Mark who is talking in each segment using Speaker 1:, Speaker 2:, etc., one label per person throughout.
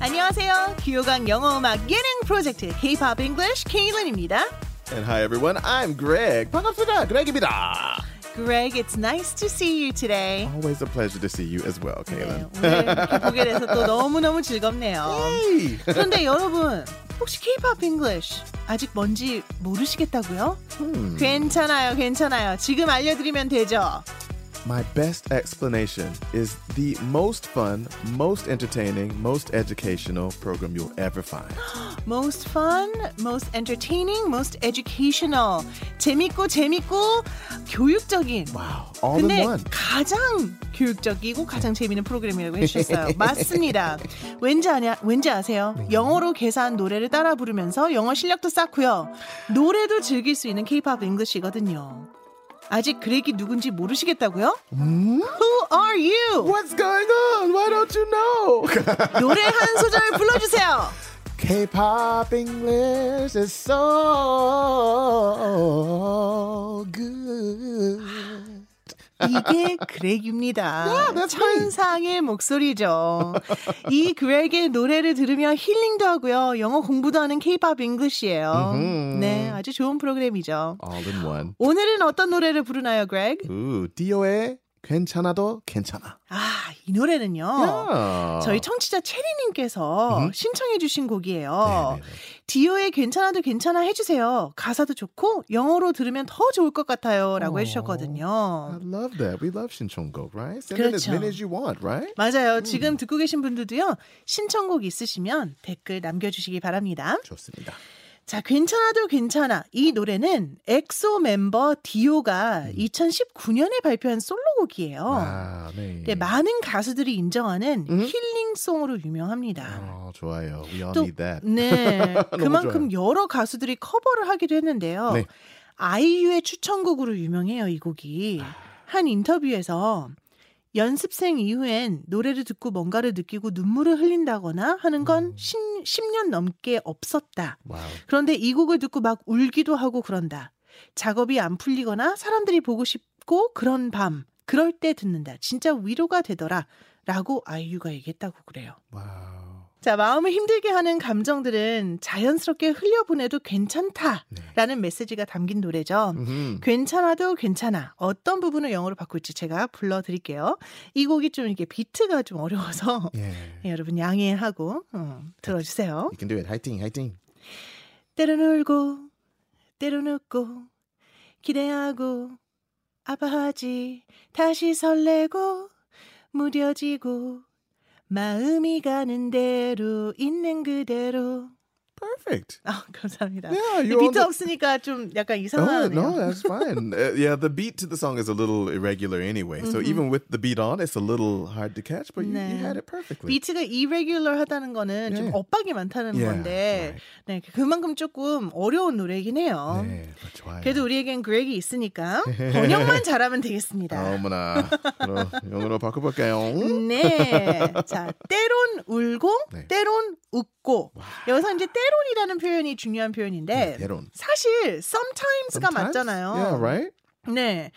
Speaker 1: 안녕하세요. 귀요강 영어 음악 예능 프로젝트 K-pop English 케일런입니다.
Speaker 2: And hi everyone, I'm Greg. 반갑습니다. Greg입니다.
Speaker 1: Greg, it's nice to see you today.
Speaker 2: Always a pleasure to see you as well,
Speaker 1: 네,
Speaker 2: Kaylin.
Speaker 1: 오늘 이렇게 보게 돼서 또 너무너무 즐겁네요.
Speaker 2: Hey.
Speaker 1: 그런데 여러분, 혹시 K-pop English 아직 뭔지 모르시겠다고요?
Speaker 2: Hmm.
Speaker 1: 괜찮아요, 괜찮아요. 지금 알려드리면 되죠.
Speaker 2: My best explanation is the most fun, most entertaining, most educational program you'll ever find.
Speaker 1: Most fun, most entertaining, most educational. 재밌고 재밌고 교육적인.
Speaker 2: Wow. All in
Speaker 1: 근데
Speaker 2: one.
Speaker 1: 가장 교육적이고 가장 재미있는 프로그램이라고 해주셨어요. 맞습니다. 왠지 아냐, 왠지 아세요? 영어로 계산 노래를 따라 부르면서 영어 실력도 쌓고요. 노래도 즐길 수 있는 K-pop English이거든요. 아직 그렉이 누군지 모르시겠다고요? Who are you?
Speaker 2: What's going on? Why don't you know?
Speaker 1: 노래 한 소절 불러주세요.
Speaker 2: K-pop English is so good.
Speaker 1: 이게 그렉입니다.
Speaker 2: that's me.
Speaker 1: 천상의 목소리죠. 이 그렉의 노래를 들으며 힐링도 하고요. 영어 공부도 하는 K-pop 잉글리시예요. 네, 아주 좋은 프로그램이죠.
Speaker 2: All in one.
Speaker 1: 오늘은 어떤 노래를 부르나요, 그렉?
Speaker 2: Ooh, DOA 괜찮아도 괜찮아.
Speaker 1: 아, 이 노래는요.
Speaker 2: 아.
Speaker 1: 저희 청취자 체리님께서 신청해주신 곡이에요.
Speaker 2: 네네네.
Speaker 1: 디오의 괜찮아도 괜찮아 해주세요. 가사도 좋고 영어로 들으면 더 좋을 것
Speaker 2: 어.
Speaker 1: 같아요라고
Speaker 2: I
Speaker 1: 해주셨거든요.
Speaker 2: love that. We love Shinchongo, right? Send in as
Speaker 1: 그렇죠.
Speaker 2: many as you want, right?
Speaker 1: 맞아요. 지금 듣고 계신 분들도요. 신청곡 있으시면 댓글 남겨주시기 바랍니다.
Speaker 2: 좋습니다.
Speaker 1: 자, 괜찮아도 괜찮아. 이 노래는 엑소 멤버 디오가 2019년에 발표한 솔로곡이에요.
Speaker 2: 아, 네.
Speaker 1: 네, 많은 가수들이 인정하는
Speaker 2: 음.
Speaker 1: 힐링송으로 유명합니다.
Speaker 2: 어, 좋아요. We all
Speaker 1: 또-
Speaker 2: need that.
Speaker 1: 네,
Speaker 2: 너무
Speaker 1: 그만큼 여러 가수들이 커버를 하기도 했는데요.
Speaker 2: 네.
Speaker 1: 아이유의 추천곡으로 유명해요, 이 곡이. 한 인터뷰에서 연습생 이후엔 노래를 듣고 뭔가를 느끼고 눈물을 흘린다거나 하는
Speaker 2: 음.
Speaker 1: 건 10, 10년 넘게 없었다.
Speaker 2: 와우.
Speaker 1: 그런데 이 곡을 듣고 막 울기도 하고 그런다. 작업이 안 풀리거나 사람들이 보고 싶고 그런 밤, 그럴 때 듣는다. 진짜 위로가 되더라. 라고 아이유가 얘기했다고 그래요.
Speaker 2: 와우.
Speaker 1: 자, 마음을 힘들게 하는 감정들은 자연스럽게 흘려보내도 괜찮다.
Speaker 2: 네.
Speaker 1: 라는 메시지가 담긴 노래죠.
Speaker 2: 음흠.
Speaker 1: 괜찮아도 괜찮아. 어떤 부분을 영어로 바꿀지 제가 불러드릴게요. 이 곡이 좀 이렇게 비트가 좀 어려워서
Speaker 2: Yeah.
Speaker 1: 예, 여러분 양해하고 어, 들어주세요.
Speaker 2: You can do it. 화이팅, 화이팅.
Speaker 1: 때로 놀고 때로 눕고 기대하고 아파하지 다시 설레고 무뎌지고 마음이 가는 대로 있는 그대로
Speaker 2: Perfect.
Speaker 1: 아 감사합니다.
Speaker 2: Yeah,
Speaker 1: 이
Speaker 2: you're on
Speaker 1: 비트
Speaker 2: the-
Speaker 1: 없으니까 좀 약간
Speaker 2: Oh,
Speaker 1: 이상하네요.
Speaker 2: no, that's fine. Uh, yeah, the beat to the song is a little irregular anyway. So even with the beat on, it's a little hard to catch, but you, you
Speaker 1: 네.
Speaker 2: had it perfectly.
Speaker 1: 비트가 irregular하다는 거는 좀
Speaker 2: 네.
Speaker 1: 엇박이 많다는
Speaker 2: Yeah,
Speaker 1: 건데
Speaker 2: right.
Speaker 1: 네, 그만큼 조금 어려운 노래이긴 해요.
Speaker 2: 네, 좋아요.
Speaker 1: 그래도 우리에겐 그렉이 있으니까 번역만 잘하면 되겠습니다.
Speaker 2: 어머나. 그럼 영어로 바꿔볼까요?
Speaker 1: 네. 자, 때론 울고,
Speaker 2: 네.
Speaker 1: 때론 웃고.
Speaker 2: 와.
Speaker 1: 여기서 이제 때론이라는 표현이 중요한 표현인데,
Speaker 2: 네, 때론.
Speaker 1: 사실 sometimes가
Speaker 2: Sometimes?
Speaker 1: 맞잖아요.
Speaker 2: Yeah, right?
Speaker 1: 네.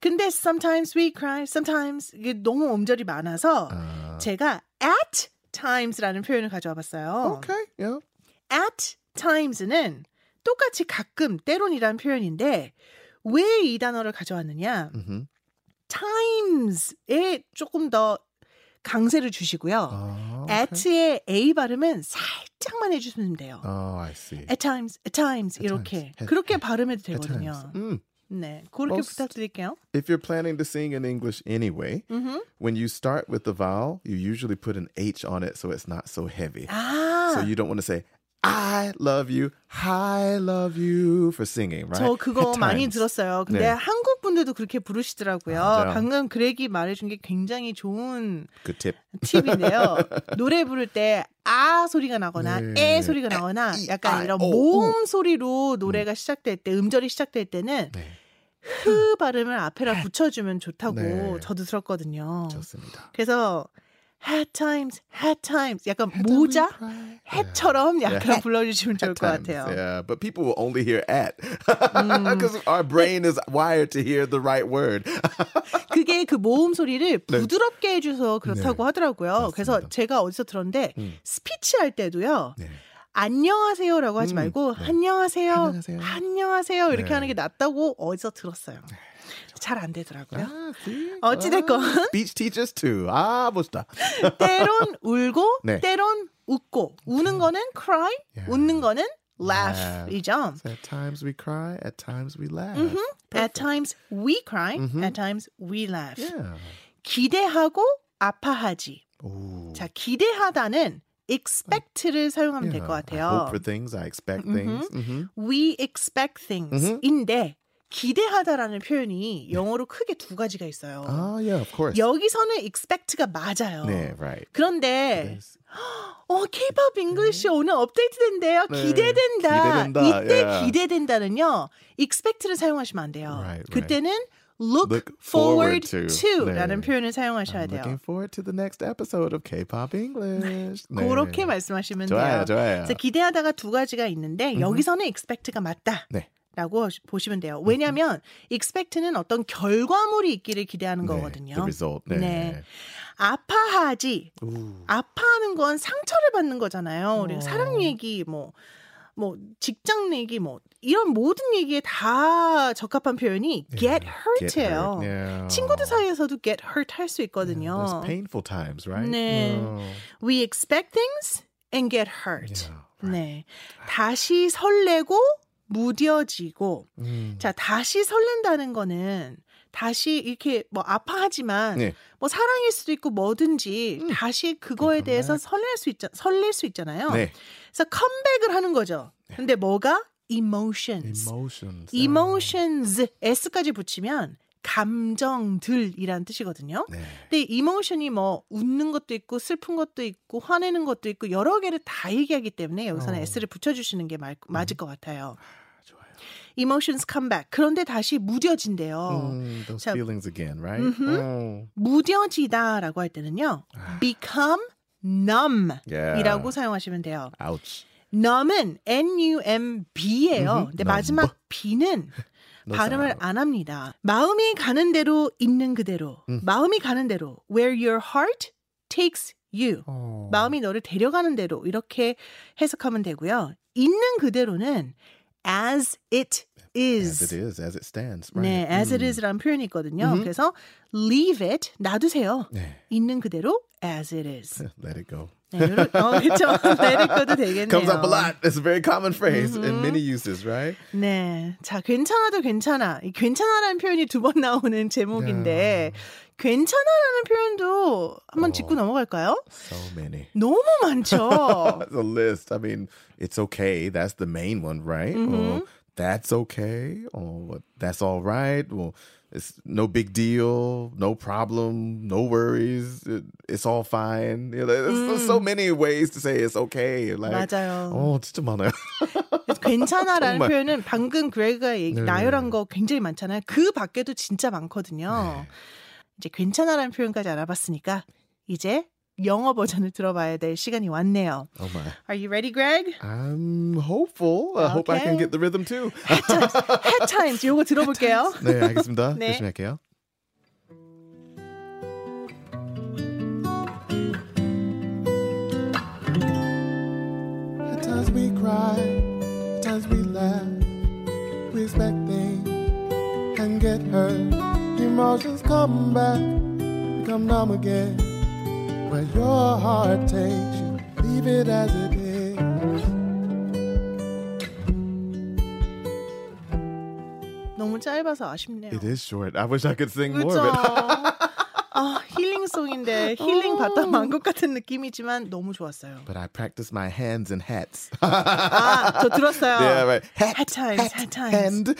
Speaker 1: 근데 sometimes we cry, sometimes 이게 너무 음절이 많아서
Speaker 2: 아,
Speaker 1: 제가 at times라는 표현을 가져와 봤어요.
Speaker 2: okay, yeah.
Speaker 1: at times는 똑같이 가끔 때론이라는 표현인데 왜 이 단어를 가져왔느냐?
Speaker 2: 음흠.
Speaker 1: times에 조금 더 강세를 주시고요.
Speaker 2: 아, okay.
Speaker 1: at의 a 발음은 살짝만 해주시면 돼요.
Speaker 2: Oh, I see.
Speaker 1: at times, at times 이렇게
Speaker 2: times. At-
Speaker 1: 그렇게 발음해도
Speaker 2: At
Speaker 1: 되거든요.
Speaker 2: times. Mm.
Speaker 1: 네, 그렇게
Speaker 2: Most-
Speaker 1: 부탁드릴게요.
Speaker 2: If you're planning to sing in English anyway,
Speaker 1: 음흠.
Speaker 2: when you start with the vowel, you usually put an H on it so it's not so heavy.
Speaker 1: 아,
Speaker 2: So you don't want to say, I love you, I love you for singing, right?
Speaker 1: 저 그거
Speaker 2: At
Speaker 1: 많이
Speaker 2: times.
Speaker 1: 들었어요. 근데
Speaker 2: 네.
Speaker 1: 한국 분들도 그렇게 부르시더라고요.
Speaker 2: 맞아요.
Speaker 1: 방금 그렉이 말해준 게 굉장히 좋은
Speaker 2: Good tip.
Speaker 1: 팁인데요. 노래 부를 때 아 소리가 나거나
Speaker 2: 네.
Speaker 1: 에 소리가 나거나
Speaker 2: 이,
Speaker 1: 약간
Speaker 2: 아,
Speaker 1: 이런
Speaker 2: 오,
Speaker 1: 모음 소리로 노래가 시작될 때 음절이 시작될 때는
Speaker 2: 네,
Speaker 1: 흐 발음을 앞에다 붙여주면 좋다고
Speaker 2: 네.
Speaker 1: 저도 들었거든요.
Speaker 2: 좋습니다.
Speaker 1: 그래서 hat times, hat times. 약간 모자 해처럼 약간
Speaker 2: Yeah.
Speaker 1: 불러주시면 좋을
Speaker 2: At
Speaker 1: 것
Speaker 2: times,
Speaker 1: 같아요.
Speaker 2: yeah, but people will only hear at because our brain is wired to hear the right word.
Speaker 1: 그게 그 모음 소리를
Speaker 2: 네.
Speaker 1: 부드럽게 해줘서 그렇다고 하더라고요. 그래서 제가 어디서 들었는데
Speaker 2: 음.
Speaker 1: 스피치 할 때도요. 안녕하세요라고 하지 말고 안녕하세요,
Speaker 2: 네. 음. 안녕하세요.
Speaker 1: 안녕하세요, 이렇게
Speaker 2: 네.
Speaker 1: 하는 게 낫다고 어디서 들었어요. 잘 안 되더라고요.
Speaker 2: Ah, see?
Speaker 1: 어찌됐건
Speaker 2: Ah, speech teachers too. Ah, 멋있다.
Speaker 1: 때론 울고
Speaker 2: 네. 음.
Speaker 1: 때론 웃고 우는 거는 cry,
Speaker 2: Yeah.
Speaker 1: 웃는 거는
Speaker 2: Laugh.
Speaker 1: laugh이죠.
Speaker 2: So at times we cry, at times we laugh.
Speaker 1: At times we cry, at times we laugh.
Speaker 2: Yeah.
Speaker 1: 기대하고 아파하지.
Speaker 2: Ooh.
Speaker 1: 자, 기대하다는 expect를 사용하면 될
Speaker 2: Yeah.
Speaker 1: 것
Speaker 2: I
Speaker 1: 같아요. Mm-hmm.
Speaker 2: hope for things. I expect things. hmm
Speaker 1: We expect
Speaker 2: Mm-hmm.
Speaker 1: things인데 기대하다라는 표현이 영어로 크게 두 가지가 있어요.
Speaker 2: Oh yeah, of course.
Speaker 1: 여기서는 expect가 맞아요.
Speaker 2: Yeah, right.
Speaker 1: 그런데
Speaker 2: Yes.
Speaker 1: 어, K-pop English 오늘 업데이트된대요.
Speaker 2: 네,
Speaker 1: 기대된다.
Speaker 2: 기대된다.
Speaker 1: 이때
Speaker 2: Yeah.
Speaker 1: 기대된다는요. expect를 사용하시면 안 돼요.
Speaker 2: Right, right.
Speaker 1: 그때는 look,
Speaker 2: Look forward
Speaker 1: forward,
Speaker 2: to.
Speaker 1: to라는
Speaker 2: 네.
Speaker 1: 표현을 사용하셔야
Speaker 2: I'm
Speaker 1: 돼요.
Speaker 2: looking forward to the next episode of K-pop English. 네.
Speaker 1: 그렇게 말씀하시면
Speaker 2: 좋아요,
Speaker 1: 돼요.
Speaker 2: 좋아요.
Speaker 1: 그래서 기대하다가 두 가지가 있는데 여기서는 expect가 맞다.
Speaker 2: 네.
Speaker 1: 라고 보시면 돼요. 왜냐하면 expect는 어떤 결과물이 있기를 기대하는
Speaker 2: 네,
Speaker 1: 거거든요.
Speaker 2: The result. 네.
Speaker 1: 네. 아파하지.
Speaker 2: Ooh.
Speaker 1: 아파하는 건 상처를 받는
Speaker 2: 어.
Speaker 1: 거잖아요. 우리가 사랑 얘기 뭐. 뭐 직장 얘기 뭐 이런 모든 얘기에 다 적합한 표현이 get
Speaker 2: 네, Get hurt. 네.
Speaker 1: hurt예요.
Speaker 2: Yeah.
Speaker 1: 친구들 사이에서도 get hurt 할 수 있거든요.
Speaker 2: Those painful times, right?
Speaker 1: 네.
Speaker 2: Oh.
Speaker 1: We expect things and get hurt.
Speaker 2: Yeah.
Speaker 1: 네. 다시 설레고 무뎌지고.
Speaker 2: Mm.
Speaker 1: 자, 다시 설렌다는 거는 다시 이렇게 뭐 아파하지만
Speaker 2: 네. 음.
Speaker 1: 뭐 사랑일 수도 있고 뭐든지 다시 그거에
Speaker 2: come
Speaker 1: 대해서
Speaker 2: back.
Speaker 1: 설렐 수 있자, 설렐 수 있잖아요.
Speaker 2: 네.
Speaker 1: 그래서 컴백을 하는 거죠. 근데 뭐가 emotions.
Speaker 2: Emotions.
Speaker 1: emotions s까지 붙이면 감정들이라는 뜻이거든요.
Speaker 2: 네.
Speaker 1: 근데 이모션이 뭐 웃는 것도 있고 슬픈 것도 있고 화내는 것도 있고 여러 개를 다 얘기하기 때문에 여기서는
Speaker 2: 어. 음.
Speaker 1: s를 붙여주시는 게 말- 맞을 것 같아요.
Speaker 2: 좋아요.
Speaker 1: emotions come back. 그런데 다시 무뎌진대요.
Speaker 2: Mm, those
Speaker 1: 자,
Speaker 2: feelings again, right?
Speaker 1: mhm.
Speaker 2: Oh.
Speaker 1: 무뎌지다라고 할 때는요,
Speaker 2: 아.
Speaker 1: become numb.
Speaker 2: Yeah.
Speaker 1: 이라고 사용하시면 돼요.
Speaker 2: Ouch.
Speaker 1: numb은 n-u-m-b예요.
Speaker 2: 음흠.
Speaker 1: 근데
Speaker 2: numb.
Speaker 1: 마지막 b는
Speaker 2: No
Speaker 1: 발음을
Speaker 2: sound.
Speaker 1: 안 합니다. 마음이 가는 대로 있는 그대로,
Speaker 2: 음.
Speaker 1: 마음이 가는 대로, where your heart takes you.
Speaker 2: Oh.
Speaker 1: 마음이 너를 데려가는 대로 이렇게 해석하면 되고요. 있는 그대로는 as it is.
Speaker 2: 네, As it is, as it stands, right?
Speaker 1: 네, as it
Speaker 2: Mm.
Speaker 1: is라는 표현이 있거든요.
Speaker 2: 음흠.
Speaker 1: 그래서 leave it, 놔두세요.
Speaker 2: 네.
Speaker 1: 있는 그대로 as it is.
Speaker 2: Let it go.
Speaker 1: 네, 요러, 어, 그렇죠. 내릴거도 되겠네요.
Speaker 2: Comes up a lot. It's a very common phrase in many uses, right?
Speaker 1: 네, 자 괜찮아도 괜찮아. 이 괜찮아라는 표현이 두 번 나오는 제목인데 괜찮아라는 표현도 한번
Speaker 2: 어.
Speaker 1: 짚고 넘어갈까요?
Speaker 2: So many.
Speaker 1: 너무 많죠.
Speaker 2: That's a list. I mean, it's okay. That's the main one, right? Or that's okay. Or that's all right. Well, it's no big deal. No problem. No worries. It, it's all fine. You know, there's so- so many ways to say it's okay. Like,
Speaker 1: 맞아요.
Speaker 2: oh, 진짜 많아요.
Speaker 1: 그래서 괜찮아라는
Speaker 2: 정말. 네.
Speaker 1: 표현은 방금 그레가 얘기, 나열한 거 굉장히 많잖아요. 그 밖에도 진짜 많거든요.
Speaker 2: 네.
Speaker 1: 이제 괜찮아라는 표현까지 알아봤으니까 이제 영어 버전을 들어봐야 될 시간이 왔네요.
Speaker 2: Oh my.
Speaker 1: Are you ready, Greg?
Speaker 2: I'm hopeful. I hope I can
Speaker 1: Okay.
Speaker 2: get the rhythm too.
Speaker 1: Head times 요거 들어볼게요.
Speaker 2: 네, 알겠습니다.
Speaker 1: 네.
Speaker 2: 열심히 할게요. At times we cry, at times we laugh, we expect things and get hurt. Emotions come back, become numb again. Where your heart takes you, leave it as it is.
Speaker 1: 너무 짧아서 아쉽네요.
Speaker 2: It is short. I wish I could sing
Speaker 1: 그렇죠.
Speaker 2: more of it.
Speaker 1: 아 힐링송인데
Speaker 2: 어.
Speaker 1: 힐링 받다 만 것 같은 느낌이지만 너무 좋았어요.
Speaker 2: But I practice my hands and hats.
Speaker 1: 아 저 들었어요.
Speaker 2: Yeah, right. Hat,
Speaker 1: Hat times, hat times.
Speaker 2: hand.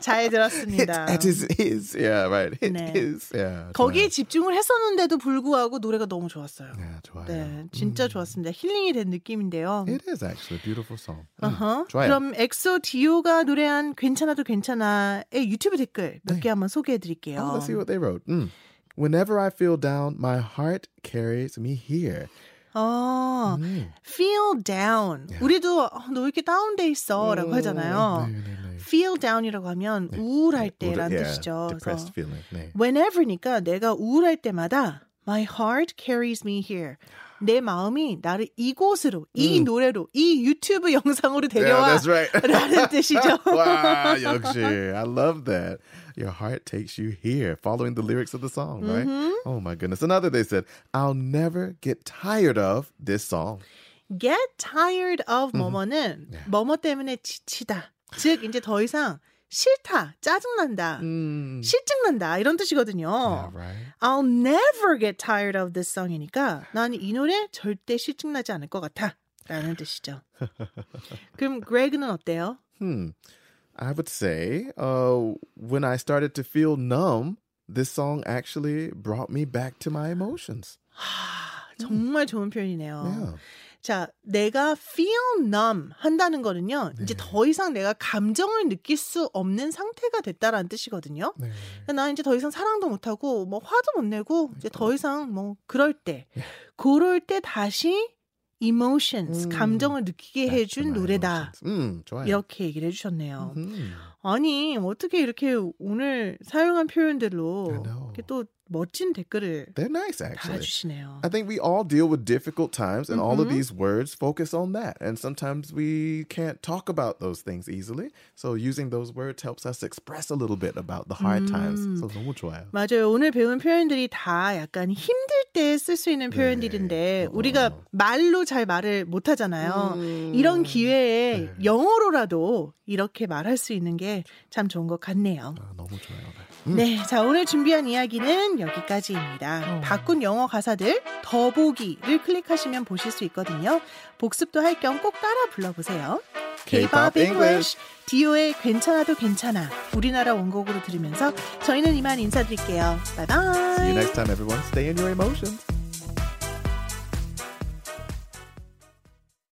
Speaker 1: 잘
Speaker 2: Hit,
Speaker 1: 들었습니다.
Speaker 2: hat is his. Yeah, right. Hit
Speaker 1: 네.
Speaker 2: is. Yeah.
Speaker 1: 거기에 집중을 했었는데도 불구하고 노래가 너무 좋았어요.
Speaker 2: 좋아요. Yeah, 좋아요.
Speaker 1: 네, 진짜 좋았습니다. 힐링이 된 느낌인데요.
Speaker 2: It is actually a beautiful song. Mm. 음,
Speaker 1: 어허.
Speaker 2: 좋아요.
Speaker 1: 그럼 엑소 디오가 노래한 괜찮아도 괜찮아의 유튜브 댓글 몇 개 한번 소개해 드릴게요.
Speaker 2: 네. Oh, let's see what they wrote. 음. Whenever I feel down, my heart carries me here. Mm.
Speaker 1: 어,
Speaker 2: 음.
Speaker 1: feel down.
Speaker 2: 야.
Speaker 1: 우리도 어, 너 왜 이렇게 다운돼 있어라고 하잖아요.
Speaker 2: 네, 네, 네.
Speaker 1: feel down이라고 하면 우울할 때란
Speaker 2: Yeah,
Speaker 1: 뜻이죠. 그래서
Speaker 2: 예, Depressed feeling. 네.
Speaker 1: whenever니까 내가 우울할 때마다 my heart carries me here. 내 마음이 나를 이곳으로, 이 노래로, 이 유튜브 영상으로
Speaker 2: 음. Yeah,
Speaker 1: 데려와.
Speaker 2: that's right.
Speaker 1: 라는 뜻이죠.
Speaker 2: wow, 역시. I love that. Your heart takes you here, following the lyrics of the song,
Speaker 1: 음.
Speaker 2: right? Oh my goodness. Another they said, I'll never get tired of this song.
Speaker 1: Get tired of
Speaker 2: 음.
Speaker 1: 뭐뭐는 뭐뭐 때문에 지치다. 즉 이제 더 이상 싫다, 짜증난다,
Speaker 2: Mm.
Speaker 1: 실증난다 이런 뜻이거든요.
Speaker 2: Yeah, right.
Speaker 1: I'll never get tired of this song이니까 난 이 노래 절대 실증나지 않을 것 같아. 라는 뜻이죠. 그럼 그레그는 어때요?
Speaker 2: Hmm. I would say, uh, when I started to feel numb, this song actually brought me back to my emotions.
Speaker 1: 하, 정말 좋은 표현이네요.
Speaker 2: Yeah.
Speaker 1: 자, 내가 feel numb 한다는 거는요. 이제
Speaker 2: 네.
Speaker 1: 더 이상 내가 감정을 느낄 수 없는 상태가 됐다라는 뜻이거든요.
Speaker 2: 네.
Speaker 1: 난 이제 더 이상 사랑도 못 하고 뭐 화도 못 내고 이제 더
Speaker 2: 네.
Speaker 1: 이상 뭐 그럴 때 그럴 때 다시 emotions
Speaker 2: 음,
Speaker 1: 감정을 느끼게
Speaker 2: Back to
Speaker 1: 해준
Speaker 2: my
Speaker 1: 노래다.
Speaker 2: emotions. Mm, 좋아요.
Speaker 1: 이렇게 얘기를 해주셨네요.
Speaker 2: 음.
Speaker 1: 아니 어떻게 이렇게 오늘 사용한
Speaker 2: I
Speaker 1: 표현들로
Speaker 2: know.
Speaker 1: 이렇게 또 멋진 댓글을
Speaker 2: They're nice, actually.
Speaker 1: 달아주시네요.
Speaker 2: I think we all deal with difficult times, and all of
Speaker 1: Mhm.
Speaker 2: these words focus on that. And sometimes we can't talk about those things easily. So using those words helps us express a little bit about the hard times. So 너무 좋아요.
Speaker 1: 맞아요. 오늘 배운 표현들이 다 약간 힘들 때 쓸 수 있는
Speaker 2: 네.
Speaker 1: 표현들인데
Speaker 2: 어.
Speaker 1: 우리가 말로 잘 말을 못 하잖아요.
Speaker 2: 음.
Speaker 1: 이런 기회에
Speaker 2: 네.
Speaker 1: 영어로라도 이렇게 말할 수 있는 게 참 좋은 것 같네요.
Speaker 2: 아, 너무 좋아요.
Speaker 1: 네, 자 오늘 준비한 이야기는 여기까지입니다. 바꾼 영어 가사들 더보기를 클릭하시면 보실 수 있거든요. 복습도 할 겸 꼭 따라 불러보세요. K-pop English, 디오의 괜찮아도 괜찮아 우리나라 원곡으로 들으면서 저희는 이만 인사드릴게요. 바이바이.
Speaker 2: See you next time, everyone. Stay in your emotions.